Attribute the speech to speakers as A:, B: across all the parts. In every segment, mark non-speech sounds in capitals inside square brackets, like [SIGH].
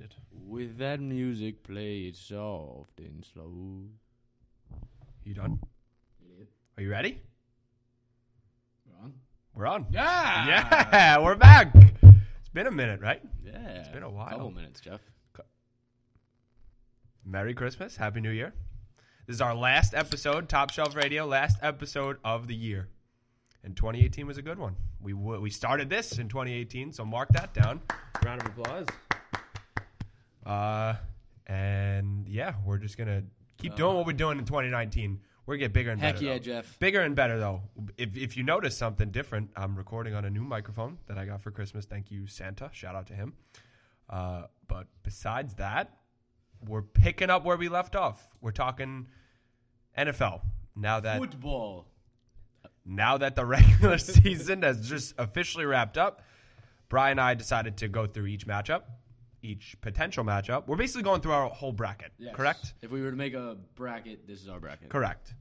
A: it.
B: With that music, play it soft and slow.
A: You done? Are you ready? We're on.
B: Yeah.
A: Yeah, we're back. It's been a minute, right?
B: Yeah. It's
A: been a while.
B: Couple minutes, Jeff.
A: Merry Christmas. Happy New Year. This is our last episode, Top Shelf Radio, last episode of the year. And 2018 was a good one. We w- we started this in 2018, so mark that down.
C: Round of applause.
A: Uh, and yeah, we're just gonna
C: Uh,
A: keep doing what we're doing in 2019. We're gonna get bigger and
B: Heck
A: better.
B: yeah,
A: though.
B: Jeff.
A: Bigger and better though. If if you notice something different, I'm recording on a new microphone that I got for Christmas. Thank you, Santa. Shout out to him. Uh, but besides that, we're picking up where we left off. We're talking NFL now that
B: Football.
A: now that the [LAUGHS] regular season has just officially wrapped up, Brian and I decided to go through each matchup, each potential matchup. We're basically going through our whole bracket,
B: Yes.
A: correct?
B: If we were to make a bracket, this is our bracket.
A: Correct.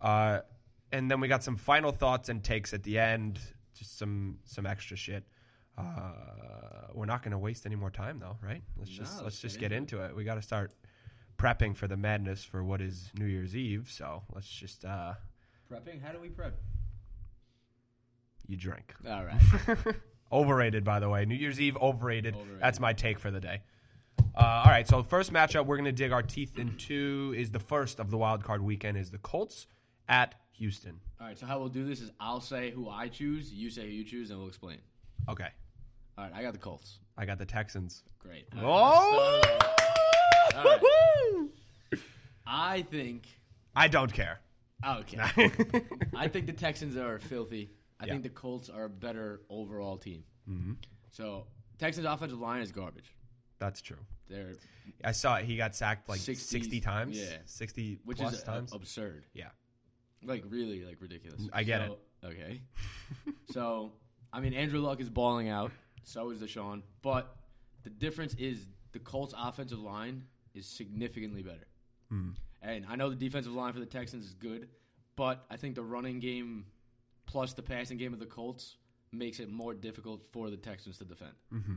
A: Uh, and then we got some final thoughts and takes at the end, just some some extra shit. Uh, we're not going to waste any more time though, right? Let's
B: No,
A: just let's,
B: let's
A: just
B: get
A: get into it. We got to start prepping for the madness for what is New Year's Eve. So let's just uh,
B: Prepping? How do we prep?
A: you drink.
B: All
A: [LAUGHS]
B: right.
A: Overrated, by the way. New Year's Eve, overrated.
B: Overrated.
A: That's my take for the day. Uh, all right, so first matchup we're going to dig our teeth into is the first of the wild card weekend is the Colts at Houston.
B: All right. So how we'll do this is I'll say who I choose, you say who you choose, and we'll explain.
A: Okay,
B: All right. I got the Colts.
A: I got the Texans.
B: Great.
A: Oh,
B: All right. I think.
A: I
B: [LAUGHS]
A: don't care. [LAUGHS]
B: Okay. I think the Texans are filthy. I
A: Yeah.
B: think the Colts are a better overall team. Mm-hmm. So Texans offensive line is garbage.
A: That's true.
B: They're
A: I saw it. He got sacked like 60,
B: 60
A: times.
B: yeah.
A: 60
B: which
A: plus
B: is uh,
A: times.
B: absurd.
A: yeah.
B: Like really, like ridiculous.
A: I get
B: So-
A: [LAUGHS]
B: Okay. so I mean, Andrew Luck is balling out. So is Deshaun. But the difference is the Colts' offensive line is significantly better.
A: Hmm.
B: And I know the defensive line for the Texans is good, but I think the running game plus the passing game of the Colts makes it more difficult for the Texans to defend. Mm-hmm.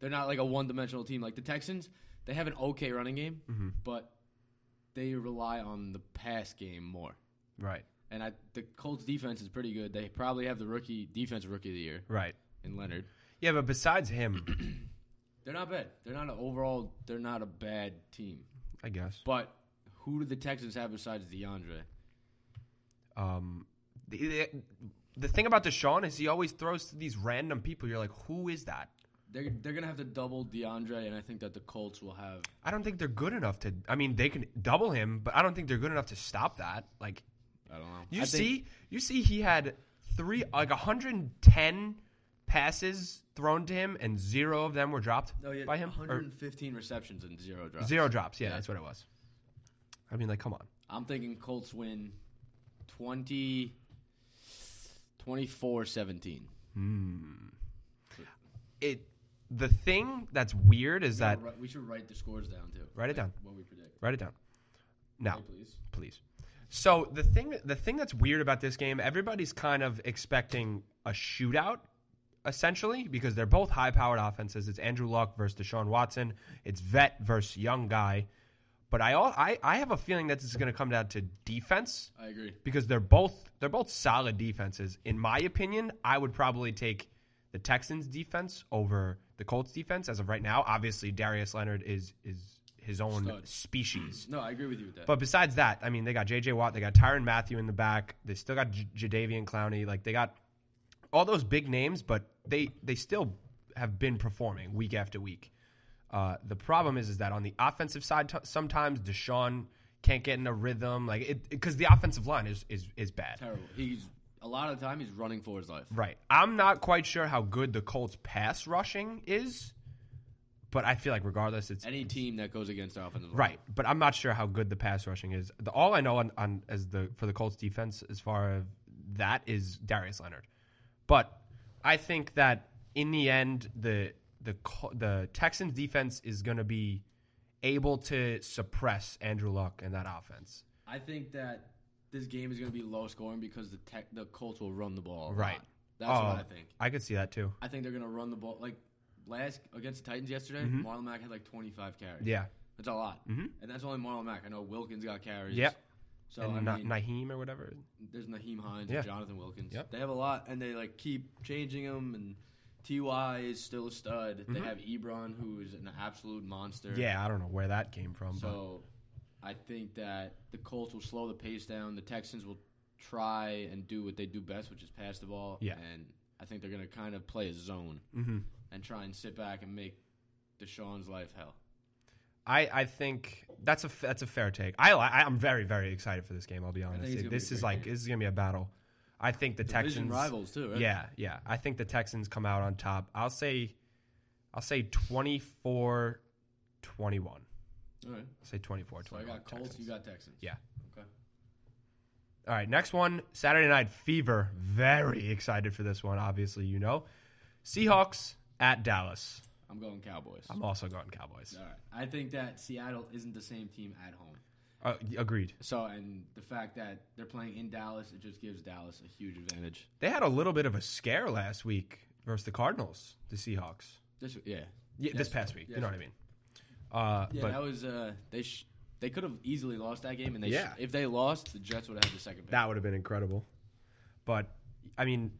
B: They're not like a one-dimensional team like the Texans. They have an okay running game,
A: Mm-hmm.
B: but they rely on the pass game more.
A: Right.
B: And I, the Colts defense is pretty good. They probably have the rookie defense rookie of the year
A: Right.
B: in Leonard.
A: Yeah, but besides him, [CLEARS THROAT]
B: They're not bad. They're not an overall. They're not a bad team.
A: I guess.
B: But who do the Texans have besides DeAndre?
A: Um, the, the, the thing about Deshaun is he always throws to these random people. You're like, who is that?
B: They're they're gonna have to double DeAndre, and I think that the Colts will have.
A: I don't think they're good enough to. I mean, they can double him, but I don't think they're good enough to stop that. Like,
B: I don't know.
A: you
B: I
A: see,
B: think-
A: you see, he had three, like 110 passes thrown to him, and zero of them were dropped
B: No, he had
A: by him. Or
B: 115 receptions and zero drops.
A: zero drops. Yeah, that's what it was. I mean, like, come on.
B: I'm thinking Colts win 20, 24-17.
A: It. The thing that's weird is that.
B: Ri- we should write the scores down too.
A: Write it down.
B: What we predict,
A: Write it down. Now.
B: please.
A: please. So the thing the thing that's weird about this game, everybody's kind of expecting a shootout essentially because they're both high-powered offenses. It's Andrew Luck versus Deshaun Watson. It's vet versus young guy. But I all, I, I have a feeling that this is going to come down to defense
B: I agree.
A: because they're both they're both solid defenses. In my opinion, I would probably take the Texans defense over the Colts defense as of right now. Obviously, Darius Leonard is is his own
B: Stud.
A: species.
B: No, I agree with you with that.
A: But besides that, I mean, they got J.J. Watt, they got Tyron Matthew in the back, they still got J- Jadavian Clowney, like they got all those big names, but they they still have been performing week after week. Uh, the problem is is that on the offensive side, t- sometimes Deshaun can't get in a rhythm, like it because the offensive line is is is bad.
B: Terrible. He's a lot of the time he's running for his life.
A: Right. I'm not quite sure how good the Colts pass rushing is, but I feel like regardless, it's
B: Any team that goes against our offensive line.
A: Right, but I'm not sure how good the pass rushing is. The, all I know on, on as the for the Colts defense as far as that is Darius Leonard, but I think that in the end the the Col- the Texans defense is going to be able to suppress Andrew Luck and that offense.
B: I think that this game is going to be low scoring because the tech, the Colts will run the ball. a lot.
A: Right.
B: That's
A: Oh,
B: what I think.
A: I could see that too.
B: I think they're going to run the ball like last against the Titans yesterday, Marlon Mack had like 25 carries.
A: Mm-hmm. Yeah. Mm-hmm.
B: That's a lot. And that's only Marlon Mack. I know Wilkins got carries.
A: Yep.
B: So
A: and
B: Oh, I
A: Na-
B: mean,
A: Naheem or whatever.
B: there's Naheem Hines
A: Yeah.
B: and Jonathan Wilkins.
A: Yep.
B: They have a lot, and they like keep changing them. And Ty is still a stud. They have Ebron, who is an absolute monster.
A: Mm-hmm. Yeah, I don't know where that came from.
B: So I think that the Colts will slow the pace down. The Texans will try and do what they do best, which is pass the ball.
A: Yeah.
B: And I think they're going to kind of play a zone
A: but, Mhm.
B: and try and sit back and make Deshaun's life hell.
A: I, I think that's a f- that's a fair take. I, li- I I'm very very excited for this game. I'll be
B: it's
A: honest.
B: gonna be a
A: This is
B: great
A: like
B: game.
A: this is gonna be a battle. I think the
B: Division
A: Texans
B: rivals too. Right?
A: Yeah, yeah. I think the Texans come out on top. I'll say I'll say 24-21. I'll
B: All right.
A: say 24-21.
B: So I got Colts.
A: Texans.
B: You got Texans.
A: Yeah.
B: Okay.
A: All right, next one, Saturday Night Fever. Very excited for this one, obviously, you know. Seahawks at Dallas.
B: I'm going Cowboys.
A: I'm also going Cowboys.
B: All right. I think that Seattle isn't the same team at home.
A: Uh, y- agreed.
B: So, and the fact that they're playing in Dallas, it just gives Dallas a huge advantage.
A: They had a little bit of a scare last week versus the Cardinals, the Seahawks.
B: This, yeah,
A: Yeah,
B: Yes.
A: this past week,
B: Yes.
A: you know what I mean? Uh,
B: yeah,
A: but
B: that was uh, they sh- they could have easily lost that game, and they
A: Yeah.
B: sh- if they lost, the Jets would have had the second pick.
A: That would have been incredible. But I mean,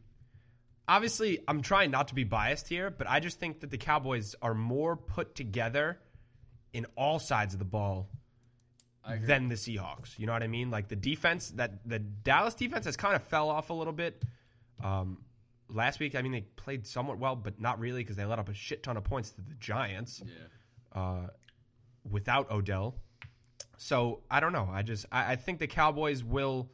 A: obviously, I'm trying not to be biased here, but I just think that the Cowboys are more put together in all sides of the ball
B: I agree.
A: than the Seahawks. You know what I mean? Like the defense that the Dallas defense has kind of fell off a little bit. Um, last week, I mean, they played somewhat well, but not really because they let up a shit ton of points to the Giants
B: yeah,
A: uh, without Odell. So I don't know. I just I, I think the Cowboys will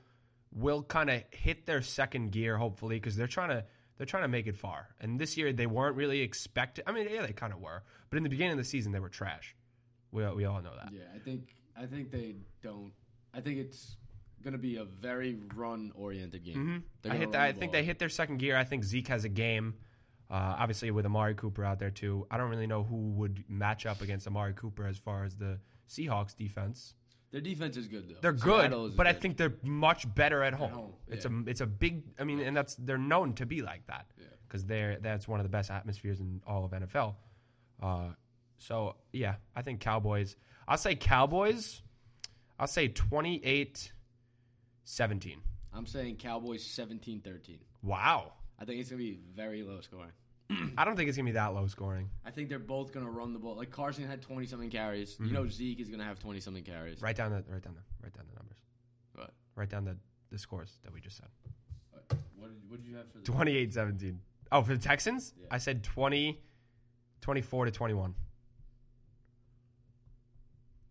A: will kind of hit their second gear hopefully because they're trying to they're trying to make it far. And this year they weren't really expected. I mean, yeah, they kind of were, but in the beginning of the season they were trash. We we all know that.
B: yeah. I think I think they don't. I think it's gonna be a very run oriented game. They're
A: Mm-hmm. I
B: gonna
A: hit. The,
B: run
A: I
B: the
A: think
B: ball.
A: they hit their second gear. I think Zeke has a game. Uh, obviously, with Amari Cooper out there too, I don't really know who would match up against Amari Cooper as far as the Seahawks defense.
B: Their defense is good though.
A: They're
B: Seattle is
A: good, but I think they're much better at home.
B: home,
A: It's a it's a big. I mean, and that's they're known to be like that
B: Yeah.
A: because they're that's one of the best atmospheres in all of NFL. Uh, so yeah, I think Cowboys. I'll say Cowboys. I'll say 28-17.
B: I'm saying Cowboys 17-13.
A: Wow.
B: I think it's gonna be very low
A: [CLEARS THROAT]
B: scoring.
A: I don't think it's gonna be that low scoring.
B: I think they're both going to run the ball. Like Carson had 20 something carries. You
A: Mm-hmm.
B: know Zeke is going to have 20 something carries.
A: Write down the write down the write down the numbers.
B: But
A: Write down the, the scores that we just said.
B: what did, what did you have for the
A: 28-17. Oh, for the Texans?
B: Yeah.
A: I said 20 24 to 21.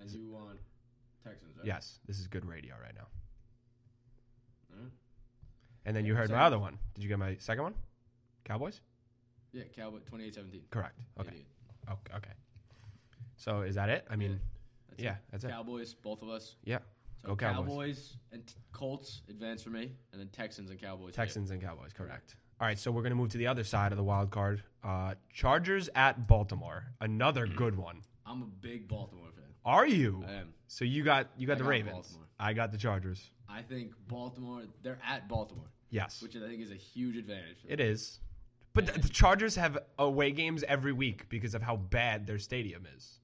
B: And you want Texans, right?
A: Yes, this is good radio right now.
B: Alright.
A: And then you heard my
B: Second.
A: other one. Did you get my second one? Cowboys?
B: Yeah, Cowboy 28-17.
A: Correct. Okay.
B: Idiot.
A: Okay. okay. So is that it? I mean,
B: That's
A: yeah,
B: it.
A: that's it.
B: Cowboys, both of us.
A: Yeah.
B: So
A: Go Cowboys.
B: and t- Colts advance for me, and then Texans and Cowboys.
A: Texans and Cowboys, correct. All right, so we're going to move to the other side of the wild card. Uh, Chargers at Baltimore. Another good one.
B: Yeah. I'm a big Baltimore fan.
A: Are you?
B: Hmm. I am.
A: So you got you got
B: I
A: the
B: got
A: Ravens.
B: Baltimore.
A: I got the Chargers.
B: I think Baltimore. They're at Baltimore,
A: Yes.
B: which I think is a huge advantage. For them.
A: It is. But th- the Chargers have away games every week because of how bad their stadium is.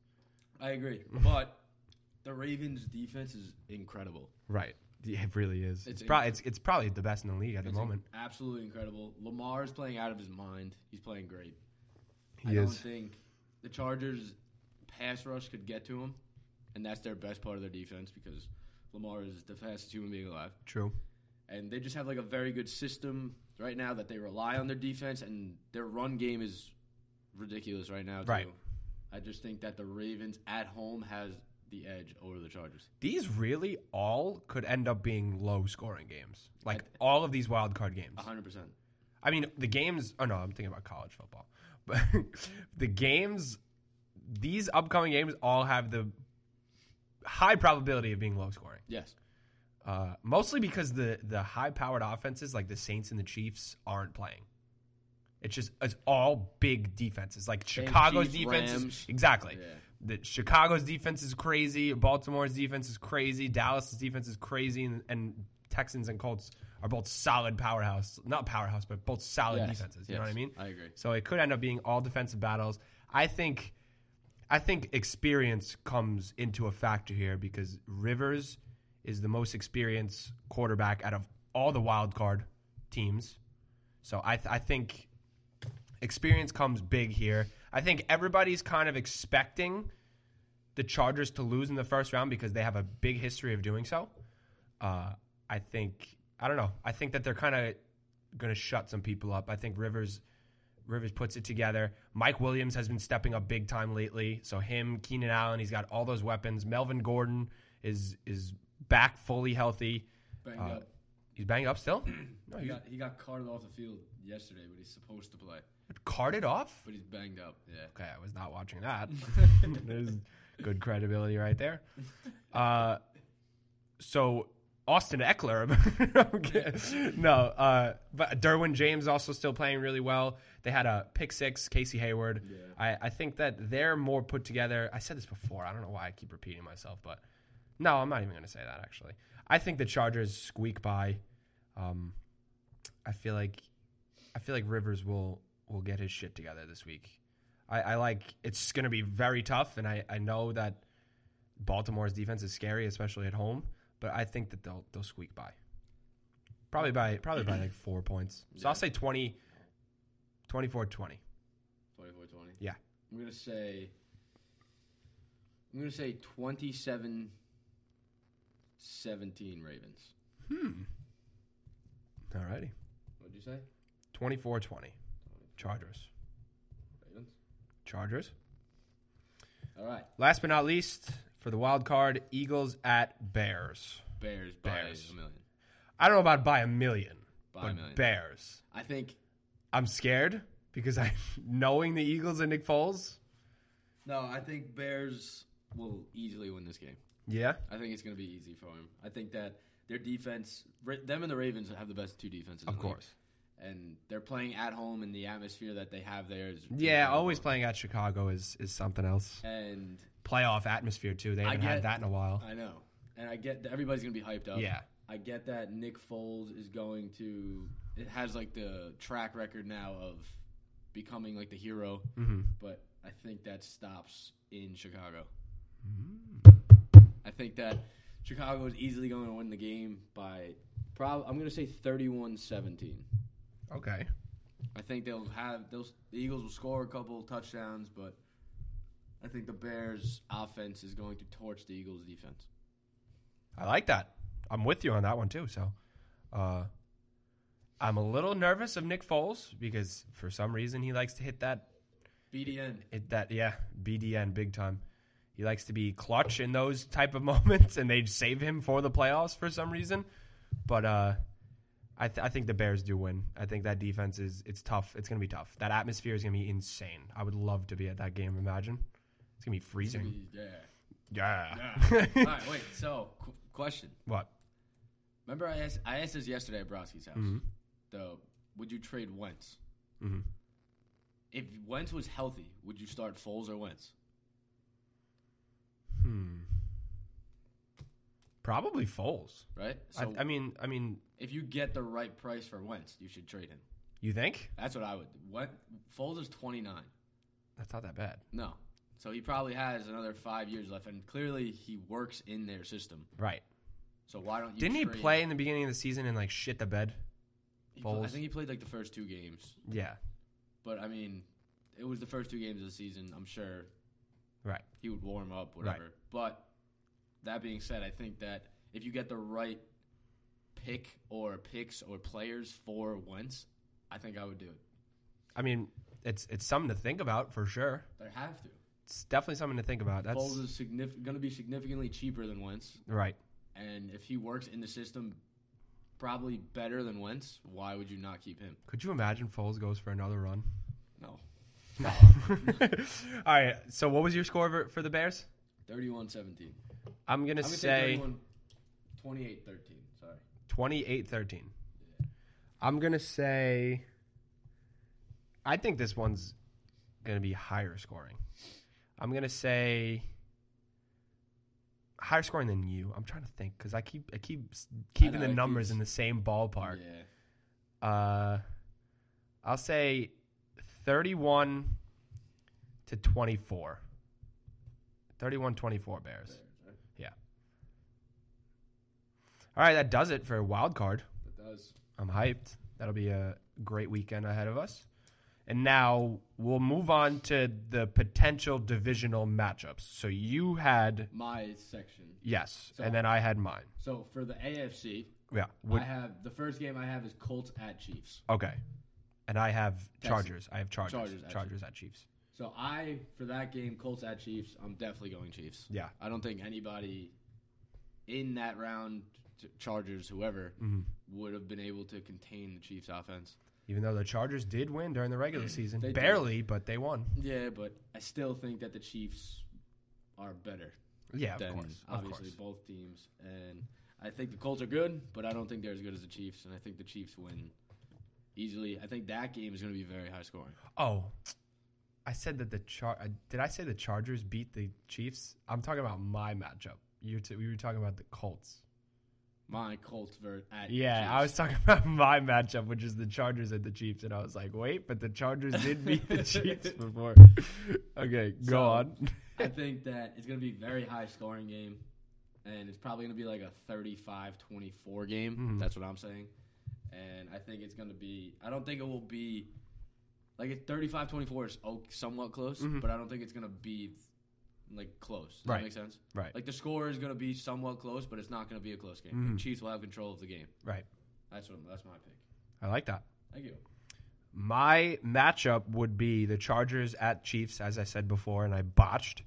B: I agree, but the Ravens' defense is incredible.
A: Right. Yeah, It really is.
B: It's
A: It's, probably it's, it's probably the best in the league at the
B: It's
A: moment.
B: Absolutely incredible. Lamar is playing out of his mind. He's playing great.
A: He
B: I
A: is.
B: don't think the Chargers pass rush could get to him, and that's their best part of their defense because Lamar is the fastest human being alive.
A: True.
B: And they just have like a very good system right now that they rely on their defense and their run game is ridiculous right now. Too.
A: Right.
B: I just think that the Ravens at home has the edge over the Chargers.
A: These really all could end up being low scoring games. Like all of these wild card games.
B: 100%.
A: I mean, the games. Oh no, I'm thinking about college football. [LAUGHS] But the games, these upcoming games, all have the high probability of being low scoring.
B: Yes.
A: Uh, mostly because the the high powered offenses like the Saints and the Chiefs aren't playing. It's just it's all big defenses. Like Chicago's
B: Chiefs,
A: defense, is-
B: Rams.
A: exactly.
B: Yeah.
A: The Chicago's defense is crazy. Baltimore's defense is crazy. Dallas's defense is crazy, and, and Texans and Colts are both solid powerhouse, not powerhouse, but both solid
B: Yes,
A: defenses. You know
B: yes,
A: what I mean?
B: I agree.
A: So it could end up being all defensive battles. I think, I think experience comes into a factor here because Rivers is the most experienced quarterback out of all the wild card teams. So I, th- I think experience comes big here. I think everybody's kind of expecting the Chargers to lose in the first round because they have a big history of doing so. Uh, I think I don't know. I think that they're kind of going to shut some people up. I think Rivers Rivers puts it together. Mike Williams has been stepping up big time lately. So him, Keenan Allen, he's got all those weapons. Melvin Gordon is is back fully healthy.
B: Banged
A: Uh,
B: up.
A: he's banged up still. No,
B: He
A: he's
B: got, he got carted off the field yesterday, but he's supposed to play.
A: carted off.
B: But he's banged up. Yeah.
A: Okay, I was not watching that. [LAUGHS] There's good credibility right there. Uh, so Austin Eckler, [LAUGHS] Okay. no, uh, but Derwin James also still playing really well. They had a pick six, Casey Hayward.
B: Yeah.
A: I, I think that they're more put together. I said this before. I don't know why I keep repeating myself, but no, I'm not even going to say that. Actually, I think the Chargers squeak by. Um, I feel like I feel like Rivers will will get his shit together this week. I, I like it's going to be very tough, and I, I know that Baltimore's defense is scary, especially at home. But I think that they'll they'll squeak by, probably by probably by like four points. So
B: Yeah.
A: I'll say 20, 24-20.
B: 24 20.
A: Yeah.
B: I'm going to say. I'm going to say 27 17 Ravens.
A: Alrighty,
B: What'd you say?
A: 24-20. Chargers,
B: Ravens?
A: Chargers.
B: All right.
A: Last but not least, for the wild card, Eagles at Bears.
B: Bears, Bears.
A: Bears.
B: by a million.
A: I don't know about by a million,
B: By
A: but
B: a million.
A: Bears.
B: I think.
A: I'm scared because I [LAUGHS] knowing the Eagles and Nick Foles.
B: No, I think Bears will easily win this game.
A: Yeah.
B: I think it's going to be easy for him. I think that their defense, Ra- them and the Ravens have the best two defenses. in the league. And they're playing at home in the atmosphere that they have there. Is
A: Yeah, always playing at Chicago is is something else.
B: And
A: Playoff atmosphere too. They
B: I
A: haven't
B: get-
A: had that in a while.
B: I know. And I get that everybody's going to be hyped up.
A: Yeah.
B: I get that Nick Foles is going to, it has like the track record now of becoming like the hero. But I think that stops in Chicago. I think that Chicago is easily going to win the game by, prob- I'm going to say 31 17.
A: Okay.
B: I think they'll have those. The Eagles will score a couple touchdowns, but I think the Bears' offense is going to torch the Eagles' defense.
A: I like that. I'm with you on that one too. So, uh, I'm a little nervous of Nick Foles because for some reason he likes to hit that
B: BDN.
A: it, that yeah BDN big time. He likes to be clutch in those type of [LAUGHS] moments, and they save him for the playoffs for some reason. But uh, I, th- I think the Bears do win. I think that defense is it's tough. It's gonna be tough. That atmosphere is gonna be insane. I would love to be at that game. Imagine it's gonna be freezing. Ah.
B: Yeah.
A: Yeah. [LAUGHS]
B: yeah. All right. Wait. So, qu- question.
A: What?
B: Remember, I asked. I asked this yesterday at Browski's house.
A: Mm-hmm.
B: The would you trade Wentz?
A: Mhm.
B: If Wentz was healthy, would you start Foles or Wentz?
A: Hmm. Probably Foles.
B: Right. So,
A: I, I mean, I mean,
B: if you get the right price for Wentz, you should trade him.
A: you think
B: That's what I would. do. What Foles is twenty nine.
A: that's not that bad?
B: No. So he probably has another five years left, and clearly he works in their system.
A: Right?
B: So why don't you?
A: Didn't he
B: trade-
A: play in the beginning of the season and like shit the bed?
B: He pl- I
A: Foles?
B: think he played like the first two games,
A: Yeah.
B: but I mean, it was the first two games of the season. I'm sure
A: Right.
B: he would warm up, whatever. But that being said, I think that if you get the right pick or picks or players for Wentz, I think I would do it.
A: I mean, it's it's something to think about for sure.
B: They have to.
A: It's definitely something to think about. That's
B: Foles is signif- going to be significantly cheaper than Wentz.
A: right.
B: And if he works in the system probably better than Wentz, why would you not keep him?
A: Could you imagine Foles goes for another run?
B: No.
A: No. [LAUGHS] All right. So, what was your score for- for the Bears?
B: 31 17.
A: I'm gonna,
B: I'm going to say
A: say
B: 31 28 13. Sorry.
A: 28-13. I'm gonna say. I think this one's gonna be higher scoring. I'm gonna say. higher scoring than you. I'm trying to think because I keep I keep s- keeping
B: know,
A: the
B: it
A: numbers
B: keeps-
A: in the same ballpark.
B: Yeah.
A: Uh, I'll say 31 to 24. 31 24 Bears. Yeah. All right, that does it for wild card.
B: That does.
A: I'm hyped. That'll be a great weekend ahead of us. And now we'll move on to the potential divisional matchups. So you had
B: My section.
A: yes,
B: So-
A: and then I had mine.
B: So for the AFC,
A: Yeah. Would-
B: I have the first game I have is Colts at Chiefs.
A: okay. And I have
B: Texans.
A: Chargers. I have Chargers.
B: Chargers at Chiefs.
A: Chargers at Chiefs.
B: So I for that game Colts at Chiefs, I'm definitely going Chiefs.
A: Yeah.
B: I don't think anybody in that round, Ch- Chargers, whoever,
A: Mm-hmm.
B: would have been able to contain the Chiefs offense.
A: Even though the Chargers did win during the regular season,
B: Mm, They did.
A: barely, but they won.
B: Yeah, but I still think that the Chiefs are better
A: Yeah, of
B: than
A: course. Of
B: obviously
A: course.
B: both teams. And I think the Colts are good, but I don't think they're as good as the Chiefs. And I think the Chiefs win easily. I think that game is going to be very high scoring.
A: Oh, I said that the char. I- Did I say the Chargers beat the Chiefs? I'm talking about my matchup. You t- we were talking about the Colts.
B: My Colts ver- at
A: Yeah, I was
B: Chiefs.
A: talking [LAUGHS] about my matchup, which is the Chargers and the Chiefs, and I was like, wait, but the Chargers did beat
B: [LAUGHS]
A: the Chiefs before. Okay, go
B: So-
A: on. [LAUGHS]
B: I think that it's going to be a very high scoring game, and it's probably going to be like a 35-24 game.
A: Mm-hmm.
B: That's what I'm saying. And I think it's going to be. I don't think it will be like it's 35-24 is o- somewhat close, but I don't think it's going to be like close. Does
A: Mm-hmm. Right.
B: that make sense?
A: Right. Mm-hmm.
B: Like the score is going to be somewhat close, but it's not going to be a close game. The Chiefs will have control of the game.
A: Right.
B: That's what. That's my pick.
A: I like that.
B: Thank you.
A: My matchup would be the Chargers at Chiefs, as I said before, and I botched.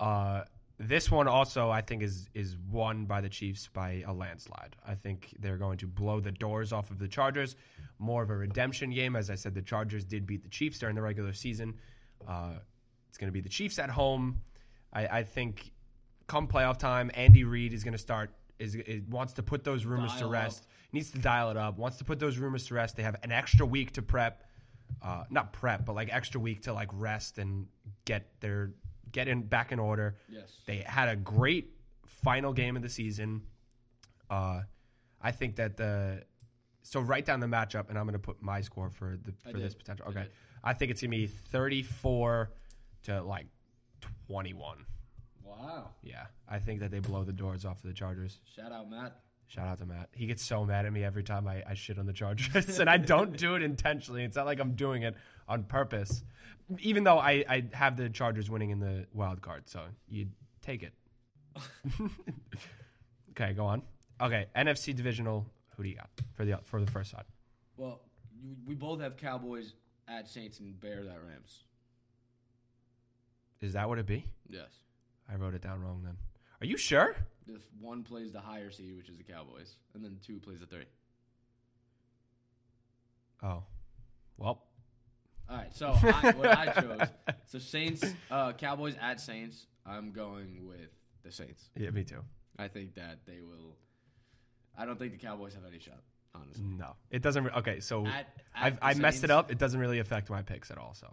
A: Uh, this one also, I think, is is won by the Chiefs by a landslide. I think they're going to blow the doors off of the Chargers. More of a redemption game, as I said. The Chargers did beat the Chiefs during the regular season. Uh, it's going to be the Chiefs at home. I, I think, come playoff time, Andy Reid is going to start. Is, is wants to put those rumors to
B: Dial up.
A: rest needs to dial it up. Wants to put those rumors to rest. They have an extra week to prep, uh, not prep, but like extra week to like rest and get their get in back in order.
B: Yes.
A: They had a great final game of the season. Uh, I think that the so write down the matchup, and I'm going to put my score for the for
B: did.
A: this potential.
B: I
A: Okay,
B: did.
A: I, think it's going to be 34 to like 21.
B: Wow.
A: Yeah, I think that they blow the doors off of the Chargers.
B: Shout out Matt.
A: Shout out to Matt. He gets so mad at me every time I, I shit on the Chargers, and I don't do it intentionally. It's not like I'm doing it on purpose, even though I, I have the Chargers winning in the wild card. So you take it. [LAUGHS] okay, go on. Okay, NFC divisional. Who do you got for the for the first side?
B: Well, you, we both have Cowboys at Saints and Bears at Rams.
A: Is that what it be?
B: Yes.
A: I wrote it down wrong. Then are you sure?
B: If one plays the higher seed, which is the Cowboys, and then two plays the three.
A: Oh, well,
B: All right. So I, what [LAUGHS] I chose. So Saints, uh, Cowboys at Saints. I'm going with the Saints.
A: [LAUGHS] yeah, me too.
B: I think that they will. I don't think the Cowboys have any shot, honestly.
A: No, it doesn't. Re- okay, so
B: At- at
A: I've,
B: the
A: I messed it
B: Saints.
A: up. It doesn't really affect my picks at all. So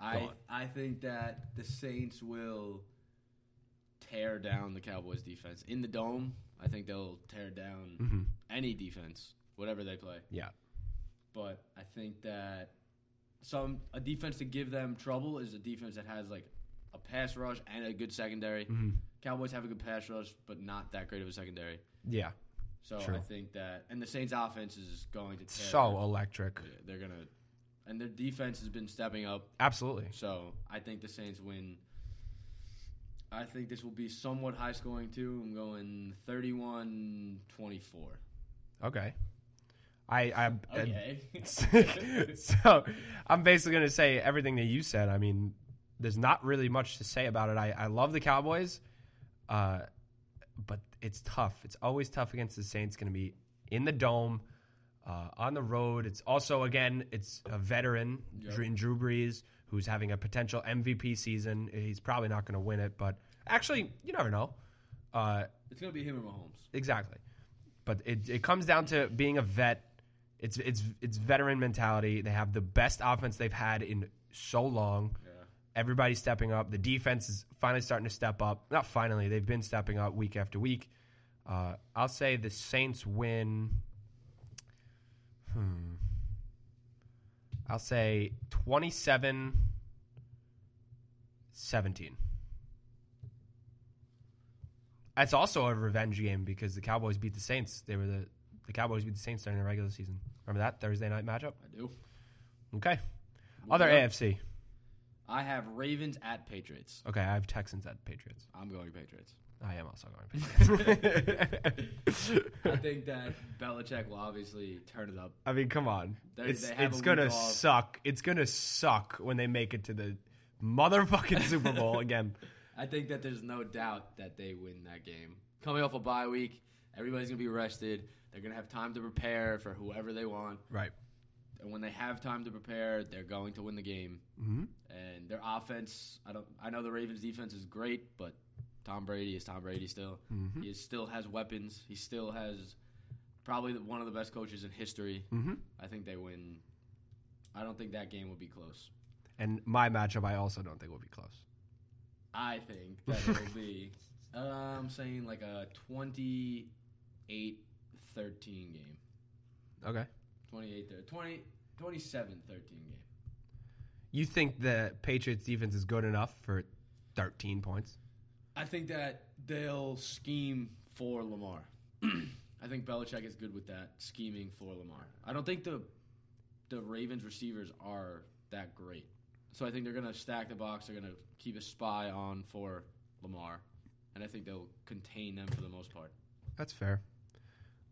B: I
A: on.
B: I think that the Saints will tear down the Cowboys defense in the dome. I think they'll tear down
A: Mm-hmm.
B: any defense, whatever they play.
A: yeah.
B: but I think that some a defense to give them trouble is a defense that has like a pass rush and a good secondary.
A: Mm-hmm.
B: Cowboys have a good pass rush, but not that great of a secondary.
A: Yeah.
B: So
A: True.
B: I think that, and the Saints' offense is going to tear.
A: So uh, electric.
B: they're gonna, and their defense has been stepping up.
A: Absolutely.
B: So I think the Saints win. I think this will be somewhat high scoring too. I'm going 31-24.
A: Okay. I I
B: Okay. [LAUGHS]
A: [LAUGHS] so I'm basically gonna say everything that you said. I mean, there's not really much to say about it. I, I love the Cowboys, uh, but it's tough. It's always tough against the Saints. Going to be in the dome, uh, on the road. It's also again, it's a veteran, Drew, in Drew Brees, who's having a potential MVP season. He's probably not going to win it, but actually, you never know. Uh,
B: it's gonna be him or Mahomes.
A: Exactly. But it, it comes down to being a vet. It's it's it's veteran mentality. They have the best offense they've had in so long.
B: Yeah.
A: Everybody's stepping up. The defense is finally starting to step up. Not finally, they've been stepping up week after week. Uh, I'll say the Saints win. Hmm. I'll say 27 17. It's also a revenge game because the Cowboys beat the Saints. They were the the Cowboys beat the Saints during the regular season. Remember that Thursday night matchup?
B: I do.
A: Okay. Other
B: Yeah.
A: AFC.
B: I have Ravens at Patriots.
A: Okay, I have Texans at Patriots.
B: I'm going Patriots.
A: I am also going Patriots.
B: I think that Belichick will obviously turn it up.
A: I mean, come on.
B: They-
A: it's
B: they have
A: it's
B: a
A: gonna
B: week off.
A: suck. It's gonna suck when they make it to the motherfucking [LAUGHS] Super Bowl again.
B: I think that there's no doubt that they win that game. Coming off a bye week, everybody's gonna be rested. They're gonna have time to prepare for whoever they want.
A: Right.
B: and when they have time to prepare, they're going to win the game.
A: Mhm.
B: And their offense, I don't, I know the Ravens' defense is great, but Tom Brady is Tom Brady still. He is, still has weapons. He still has probably the- one of the best coaches in history.
A: Mhm.
B: I think they win. I don't think that game will be close.
A: And my matchup, I also don't think will be close.
B: I think that it will be. uh, I'm saying like a 28-13 game.
A: Okay.
B: 28 20 27 13 game.
A: You think the Patriots defense is good enough for 13 points?
B: I think that they'll scheme for Lamar. [CLEARS THROAT] I think Belichick is good with that scheming for Lamar. I don't think the the Ravens receivers are that great, so I think they're gonna stack the box. They're gonna keep a spy on for Lamar, and I think they'll contain them for the most part.
A: That's fair.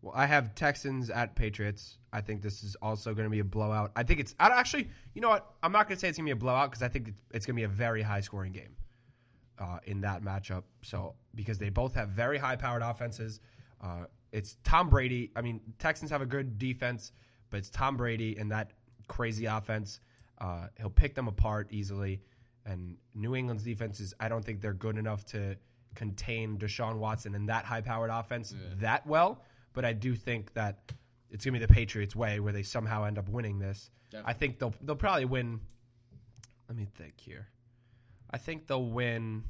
A: Well, I have Texans at Patriots. I think this is also going to be a blowout. I think it's I don't- actually, you know what? I'm not going to say it's going to be a blowout because I think it's, it's going to be a very high scoring game uh, in that matchup. So because they both have very high powered offenses, uh, it's Tom Brady. I mean, Texans have a good defense, but it's Tom Brady and that crazy offense. Uh, he'll pick them apart easily. And New England's defenses, I don't think they're good enough to contain Deshaun Watson and that high powered offense that well. But I do think that it's gonna be the Patriots way where they somehow end up winning this. I think they'll they'll probably win. Let me think here. I think they'll win.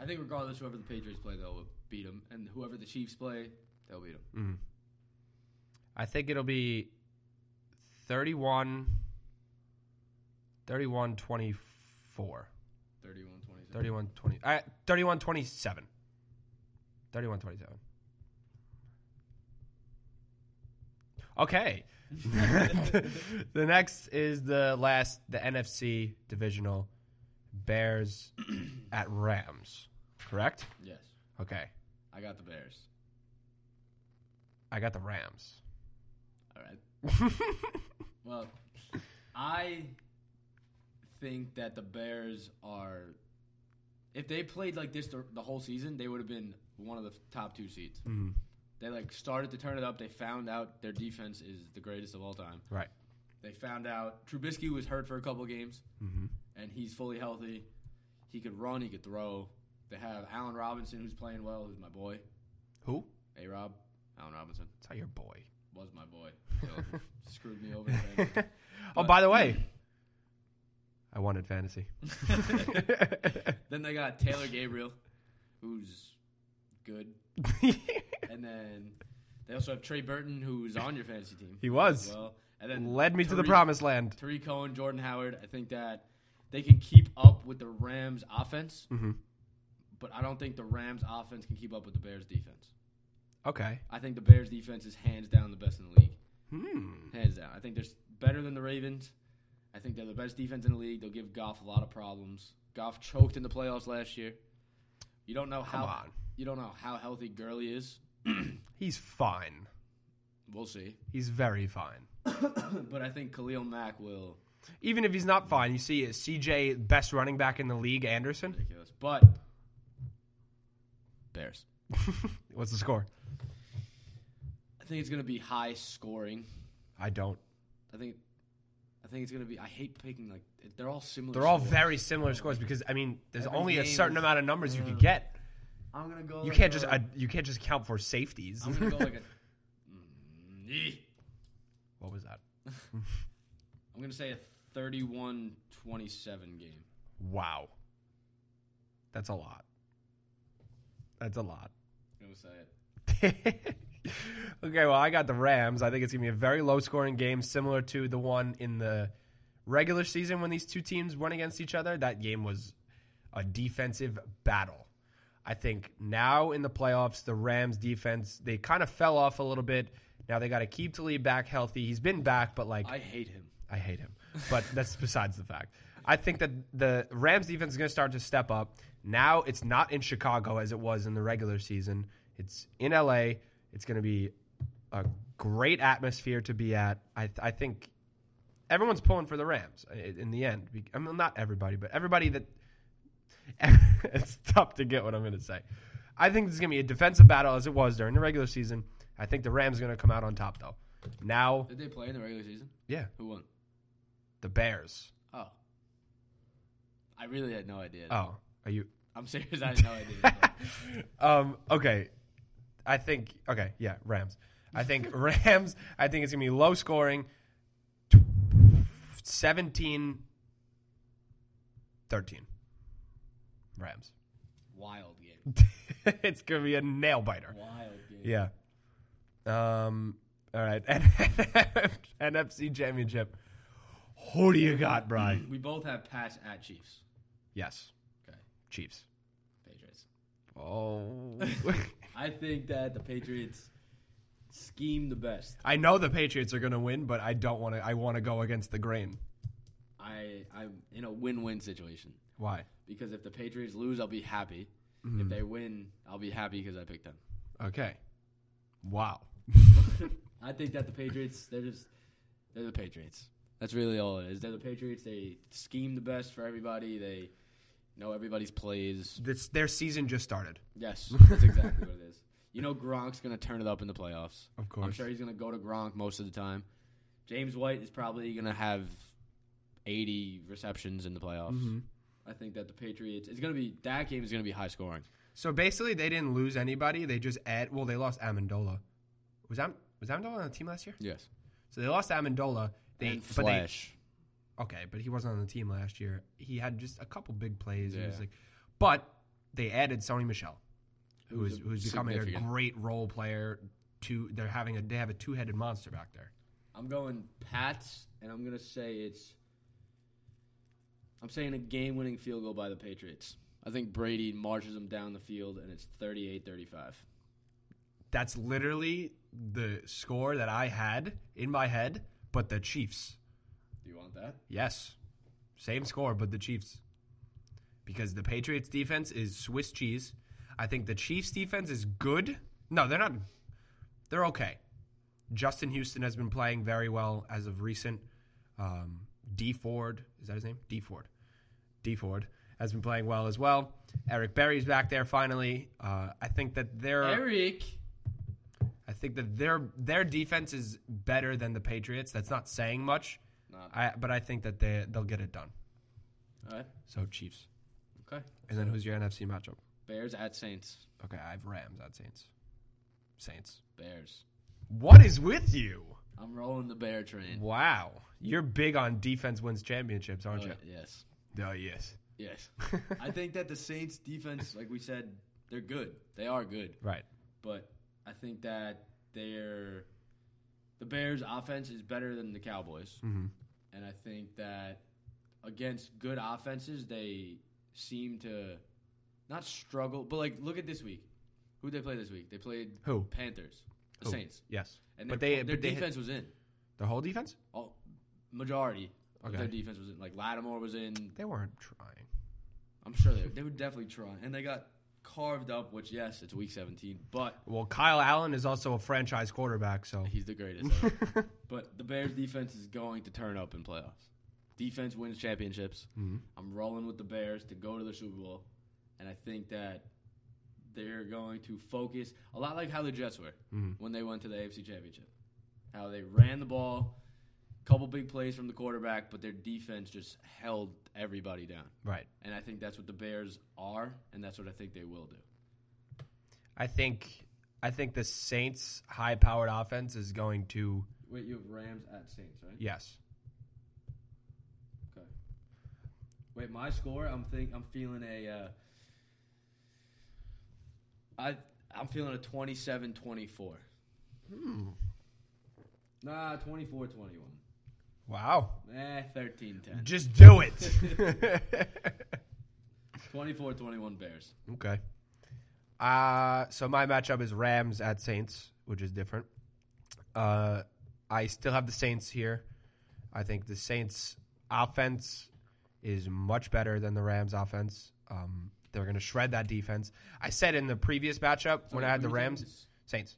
B: I think regardless whoever the Patriots play, they'll beat them, and whoever the Chiefs play, they'll beat them.
A: Mm. I think it'll be 31 31 24.
B: 31 27.
A: 31 20. Uh, 31 27. 31 27. Okay. [LAUGHS] the next is the last the NFC divisional Bears [CLEARS THROAT] at Rams. Correct?
B: Yes,
A: Okay.
B: I got the Bears.
A: I got the Rams. [LAUGHS]
B: All right. Well, I think that the Bears are. If they played like this the, the whole season, they would have been one of the top two seeds.
A: Mm-hmm.
B: They like started to turn it up. They found out their defense is the greatest of all time.
A: right.
B: They found out Trubisky was hurt for a couple games,
A: Mm-hmm.
B: and he's fully healthy. He could run. He could throw. They have Allen Robinson, who's playing well, who's my boy.
A: Who?
B: A Rob, Allen Robinson
A: It's not your boy.
B: was my boy. So
A: [LAUGHS]
B: screwed me over. man.
A: Oh,
B: But-
A: by the way, I
B: [LAUGHS]
A: wanted fantasy. [LAUGHS]
B: Then they got Taylor Gabriel, who's good. And then they also have Trey Burton, who's on your fantasy team.
A: He was.
B: as Well, and then
A: Led me to the
B: Tariq-
A: promised land.
B: Tariq Cohen, Jordan Howard. I think that they can keep up with the Rams' offense,
A: Mm-hmm.
B: but I don't think the Rams' offense can keep up with the Bears' defense.
A: Okay.
B: I think the Bears' defense is hands down the best in the league.
A: Hmm.
B: Hands down. I think they're s- better than the Ravens. I think they're the best defense in the league. They'll give Goff a lot of problems. Goff choked in the playoffs last year. You don't know how
A: Come on.
B: you don't know how healthy Gurley
A: [CLEARS THROAT]
B: is.
A: He's fine.
B: We'll see. [CLEARS THROAT]
A: He's very fine.
B: But I think Khalil Mack will
A: Even if he's not fine, you see is CJ best running back in the league, Anderson. [LAUGHS]
B: ridiculous. But Bears.
A: What's the score?
B: I think it's gonna be high scoring.
A: I don't.
B: I think I think it's gonna be I hate picking like they're all similar.
A: They're all
B: scores.
A: very similar scores because I mean, there's
B: Every
A: only a
B: game
A: certain
B: is-
A: amount of numbers you could get.
B: I'm gonna go
A: You
B: like
A: can't just
B: a-
A: uh, you can't just count for safeties.
B: I'm
A: [LAUGHS]
B: gonna go [LAUGHS] like a Mm, eh.
A: what was that?
B: [LAUGHS] I'm gonna say a 31-27 game.
A: Wow. That's a lot. That's a lot.
B: Go say it.
A: [LAUGHS] okay, well, I got the Rams. I think it's going to be a very low scoring game, similar to the one in the regular season when these two teams went against each other. That game was a defensive battle. I think now in the playoffs, the Rams defense, they kind of fell off a little bit. Now they got to keep Talib back healthy. He's been back, but like,
B: I hate him.
A: I hate him, but that's besides the fact. I think that the Rams defense is going to start to step up. Now it's not in Chicago as it was in the regular season. It's in LA. It's going to be a great atmosphere to be at. I, I think everyone's pulling for the Rams uh, i- in the end. Be- I mean, not everybody, but everybody that [LAUGHS] it's tough to get what I'm going to say. I think this is going to be a defensive battle as it was during the regular season. I think the Rams are going to come out on top though. Now,
B: Did they play in the regular season?
A: yeah,
B: Who won?
A: the Bears.
B: Oh. I really had no idea.
A: Oh, are you
B: I'm serious. I had no [LAUGHS] idea.
A: um, okay. I think okay, yeah, Rams. I think [LAUGHS] Rams. I think it's gonna be low scoring. 17 13 Rams. [LAUGHS]
B: Wild game.
A: it's gonna be a nail biter.
B: Wild game.
A: Yeah. Um. All right. [LAUGHS] And NFC Championship. Who do you got, Brian?
B: We both have Pats at Chiefs.
A: yes.
B: Okay.
A: Chiefs.
B: Patriots.
A: Oh. [LAUGHS]
B: I think that the Patriots scheme the best.
A: I know the Patriots are gonna win, but I don't want to. I want to go against the grain.
B: I I'm in a win-win situation
A: Why?
B: because if the Patriots lose, I'll be happy. If they win, I'll be happy because I picked them.
A: Okay. Wow.
B: I think that the Patriots they're just they're the Patriots. That's really all it is. They're the Patriots. They scheme the best for everybody. They know everybody's plays.
A: This their season just started.
B: Yes, that's exactly what it is. You know Gronk's gonna turn it up in the playoffs.
A: Of
B: I'm sure he's going to go to Gronk most of the time. James White is probably going to have 80 receptions in the playoffs. I think that the Patriots it's going to be that game is going to be high scoring.
A: So basically, they didn't lose anybody. They just add. Well, they lost Amendola. Was Am was Amendola on the team last year?
B: Yes.
A: So they lost Amendola. They
B: and
A: but they
B: Flash.
A: okay, but he wasn't on the team last year. He had just a couple big plays. He was
B: Yeah.
A: like, but they added Sony Michelle, who is who's becoming a
B: significant.
A: great role player. To they're having a they have a two headed monster back there.
B: I'm going Pats and I'm going to say it's I'm saying a game-winning field goal by the Patriots. I think Brady marches them down the field and it's 38-35.
A: That's literally the score that I had in my head, but the Chiefs.
B: Do you want that?
A: Yes. Same score, but the Chiefs. Because the Patriots defense is Swiss cheese. I think the Chiefs defense is good. No, they're not. They're okay. Justin Houston has been playing very well as of recent. Um, D Ford, is that his name? D Ford. D Ford has been playing well as well. Eric Berry's back there finally. Uh, I think that they're.
B: Eric,
A: I think that their their defense is better than the Patriots. That's not saying much.
B: Not.
A: I, but I think that they they'll get it done.
B: all right.
A: So Chiefs.
B: Okay.
A: And then who's your NFC matchup?
B: Bears at Saints.
A: Okay, I have Rams at Saints. Saints.
B: Bears.
A: What is with you?
B: I'm rolling the bear train.
A: Wow. You're big on defense wins championships, aren't
B: Oh,
A: you?
B: yes.
A: Oh, yes.
B: Yes. [LAUGHS] I think that the Saints defense, like we said, they're good. They are good.
A: Right.
B: But I think that they're the Bears offense is better than the Cowboys.
A: Mhm.
B: And I think that against good offenses they seem to not struggle, but like look at this week. Who they play this week? They played
A: Who?
B: Panthers. The
A: Who?
B: Saints.
A: Yes.
B: And
A: but
B: their-
A: they,
B: their
A: but they
B: defense was in.
A: the whole defense?
B: All, majority of
A: Okay.
B: their defense was in. Like Lattimore was in,
A: They weren't trying.
B: I'm sure they, they were definitely trying. And they got carved up, which, yes, it's week 17, but
A: Well, Kyle Allen is also a franchise quarterback, so [LAUGHS]
B: he's the greatest. ever. but the Bears defense is going to turn up in playoffs. Defense wins championships. I'm rolling with the Bears to go to the Super Bowl. And I think that they're going to focus a lot like how the Jets were when they went to the AFC Championship. How they ran the ball, couple big plays from the quarterback, but their defense just held everybody down.
A: right.
B: And I think that's what the Bears are, and that's what I think they will do.
A: I think I think the Saints high powered offense is going to
B: Wait, you have Rams at Saints, right?
A: yes.
B: Wait, my score. I'm think I'm feeling a. Uh, I I'm feeling a 27-24.
A: Hmm.
B: Nah, 24-21.
A: Wow.
B: Eh,
A: [LAUGHS]
B: 13-10.
A: Just do it.
B: 24-21 Bears.
A: okay. Uh, so my matchup is Rams at Saints, which is different. Uh, I still have the Saints here. I think the Saints offense is much better than the Rams offense. Um, they're going to shred that defense. I said in the previous matchup when I had the
B: Who's
A: Rams,
B: this?
A: Saints.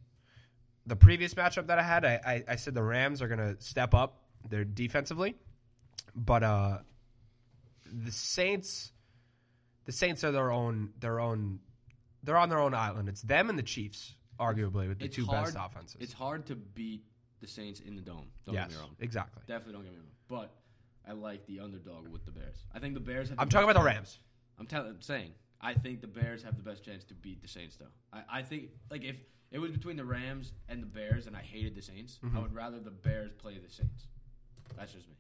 A: The previous matchup that I had, I, I, I said the Rams are going to step up their defensively, but uh, the Saints, the Saints are their own, their own, they're on their own island. It's them and the Chiefs, arguably, with the
B: It's
A: two
B: hard-
A: best offenses.
B: It's hard to beat the Saints in the dome. Don't
A: yes,
B: get me wrong.
A: exactly.
B: Definitely don't get me wrong. But I like the underdog with the Bears. I think the Bears. Have
A: I'm
B: the
A: talking
B: best
A: about the
B: chance-
A: Rams.
B: I'm, tell- I'm saying I think the Bears have the best chance to beat the Saints, though. I, I think like if it was between the Rams and the Bears, and I hated the Saints,
A: Mm-hmm.
B: I would rather the Bears play the Saints. That's just me.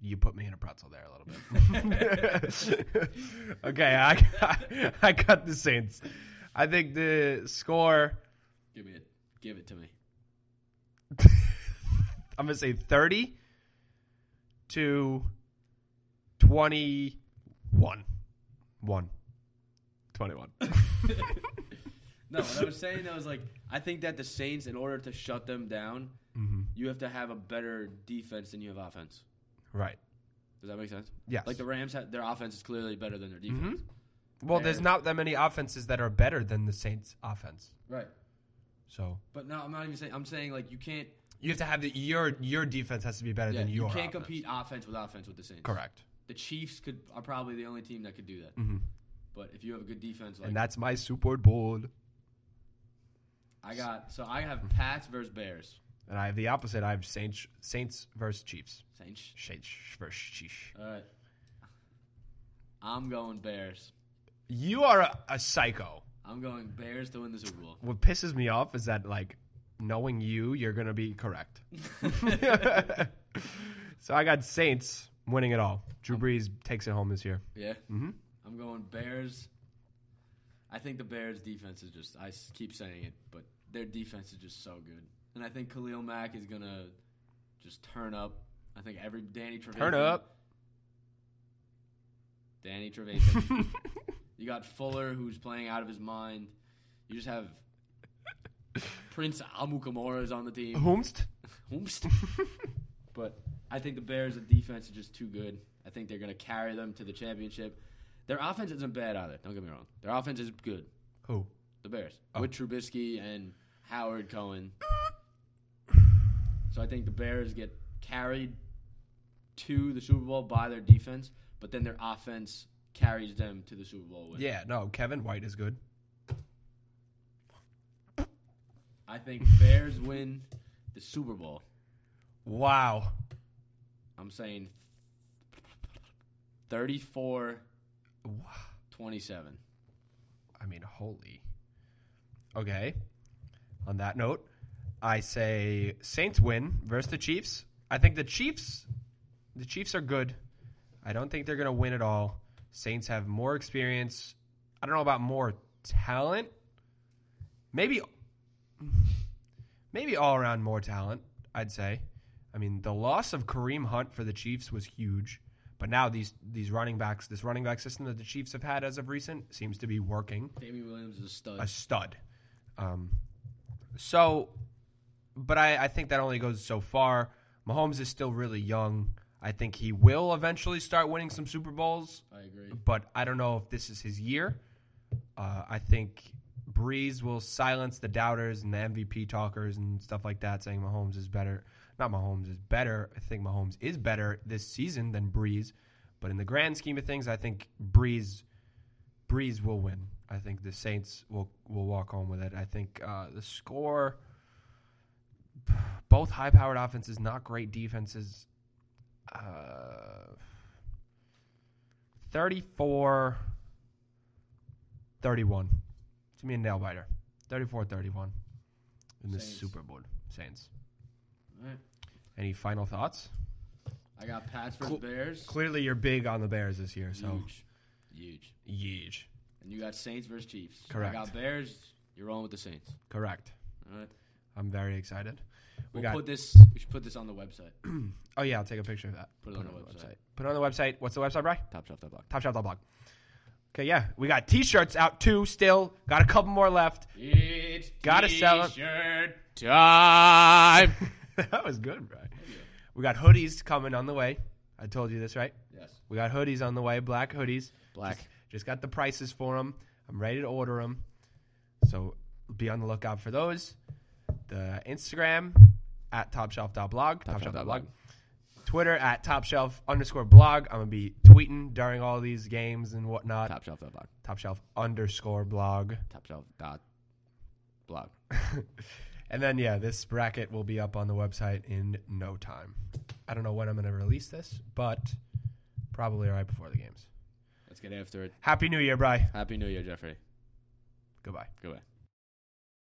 A: You put me in a pretzel there a little bit. [LAUGHS] okay, I got, [LAUGHS] I got the Saints. I think the score.
B: Give me it. Give it to me.
A: I'm gonna say 30 to 21. One. 21.
B: No, what I was saying, I was like, I think that the Saints, in order to shut them down,
A: Mm-hmm.
B: you have to have a better defense than you have offense.
A: right.
B: Does that make sense?
A: Yes. Mm-hmm.
B: Like the Rams, have, their offense is clearly better than their defense.
A: Well, there's not that many offenses that are better than the Saints offense.
B: Right.
A: So
B: But no, I'm not even saying. I'm saying like you can't.
A: you have to have the your your defense has to be better
B: Yeah,
A: than
B: you
A: your
B: can't
A: offense.
B: compete offense with offense with the Saints.
A: Correct.
B: The Chiefs could are probably the only team that could do that. But if you have a good defense, like
A: Mm-hmm. and that's my Super Bowl.
B: I got, so I
A: Mm-hmm.
B: have Pats versus Bears.
A: And I have the opposite. I have Saints Saints versus Chiefs.
B: Saints.
A: Saints versus Chiefs.
B: All right. I'm going Bears.
A: You are a, a psycho.
B: I'm going Bears to win the Super Bowl.
A: what pisses me off is that like knowing you, you're gonna be correct. [LAUGHS]
B: [LAUGHS]
A: so I got Saints winning it all. Drew Brees takes it home this year.
B: Yeah. Mm-hmm. I'm going Bears. I think the Bears' defense is just, I s- keep saying it, but their defense is just so good. And I think Khalil Mack is going to just turn up. I think every Danny Trevathan.
A: Turn up.
B: Danny
A: [LAUGHS]
B: Trevathan. you got Fuller, who's playing out of his mind. You just have Prince Amukamara is on the team.
A: Whomst?
B: Whoomst. [LAUGHS] but I think the Bears' defense is just too good. I think they're going to carry them to the championship. Their offense isn't bad either. Don't get me wrong. Their offense is good.
A: Who?
B: The Bears with Trubisky and Howard Cohen. So I think the Bears get carried to the Super Bowl by their defense, but then their offense carries them to the Super Bowl win.
A: Yeah, no, Kevin White is good.
B: I think Bears win the Super Bowl.
A: Wow.
B: I'm saying 34
A: Wha-
B: 27.
A: I mean, holy. Okay. On that note, I say Saints win versus the Chiefs. I think the Chiefs the Chiefs are good. I don't think they're going to win at all. Saints have more experience. I don't know about more talent. Maybe maybe all around more talent, I'd say. I mean, the loss of Kareem Hunt for the Chiefs was huge, but now these these running backs, this running back system that the Chiefs have had as of recent seems to be working
B: Damian Williams is a stud.
A: a stud. Um, so, but I, I think that only goes so far. Mahomes is still really young. I think he will eventually start winning some Super Bowls,
B: I agree.
A: but I don't know if this is his year. Uh, I think Breeze will silence the doubters and the MVP talkers and stuff like that, saying Mahomes is better. Not Mahomes is better. I think Mahomes is better this season than Breeze, but in the grand scheme of things, I think Breeze Breeze will win. I think the Saints will will walk home with it. I think uh, the score. Both high-powered offenses, not great defenses. Uh, 34 31. To me, a nail biter. 34 31 in the
B: Saints.
A: Super Bowl. Saints.
B: All right.
A: Any final thoughts?
B: I got Pats versus
A: Cool.
B: Bears.
A: Clearly, you're big on the Bears this year, so
B: Huge. Huge.
A: huge.
B: And you got Saints versus Chiefs.
A: Correct.
B: I got Bears. You're on with the Saints.
A: Correct.
B: All right.
A: I'm very excited. We
B: We'll
A: got.
B: put this. We should put this on the website.
A: oh yeah, I'll take a picture of that.
B: Put it on the website.
A: Put it on the website. What's the website, Bry?
B: Top shelf. Top block.
A: TopShelf.blog. Okay, yeah, we got T-shirts out too. Still got a couple more left.
B: It's
A: Gotta sell it.
B: T-shirt time.
A: [LAUGHS] that was good, Bry. We got hoodies coming on the way. I told you this, right?
B: yes.
A: We got hoodies on the way, black hoodies.
B: Black.
A: Just, just got the prices for them. I'm ready to order them. So be on the lookout for those. The Instagram at topshelf.blog. Topshelf.blog. Twitter at topshelf underscore blog. I'm going to be tweeting during all these games and whatnot.
B: Top shelf. Top block.
A: Topshelf underscore blog.
B: Top shelf. Dot. Blog.
A: And then, yeah, this bracket will be up on the website in no time. I don't know when I'm going to release this, but probably right before the games.
B: Let's get after it.
A: Happy New Year, Bry.
B: Happy New Year, Jeffrey.
A: Goodbye.
B: Goodbye.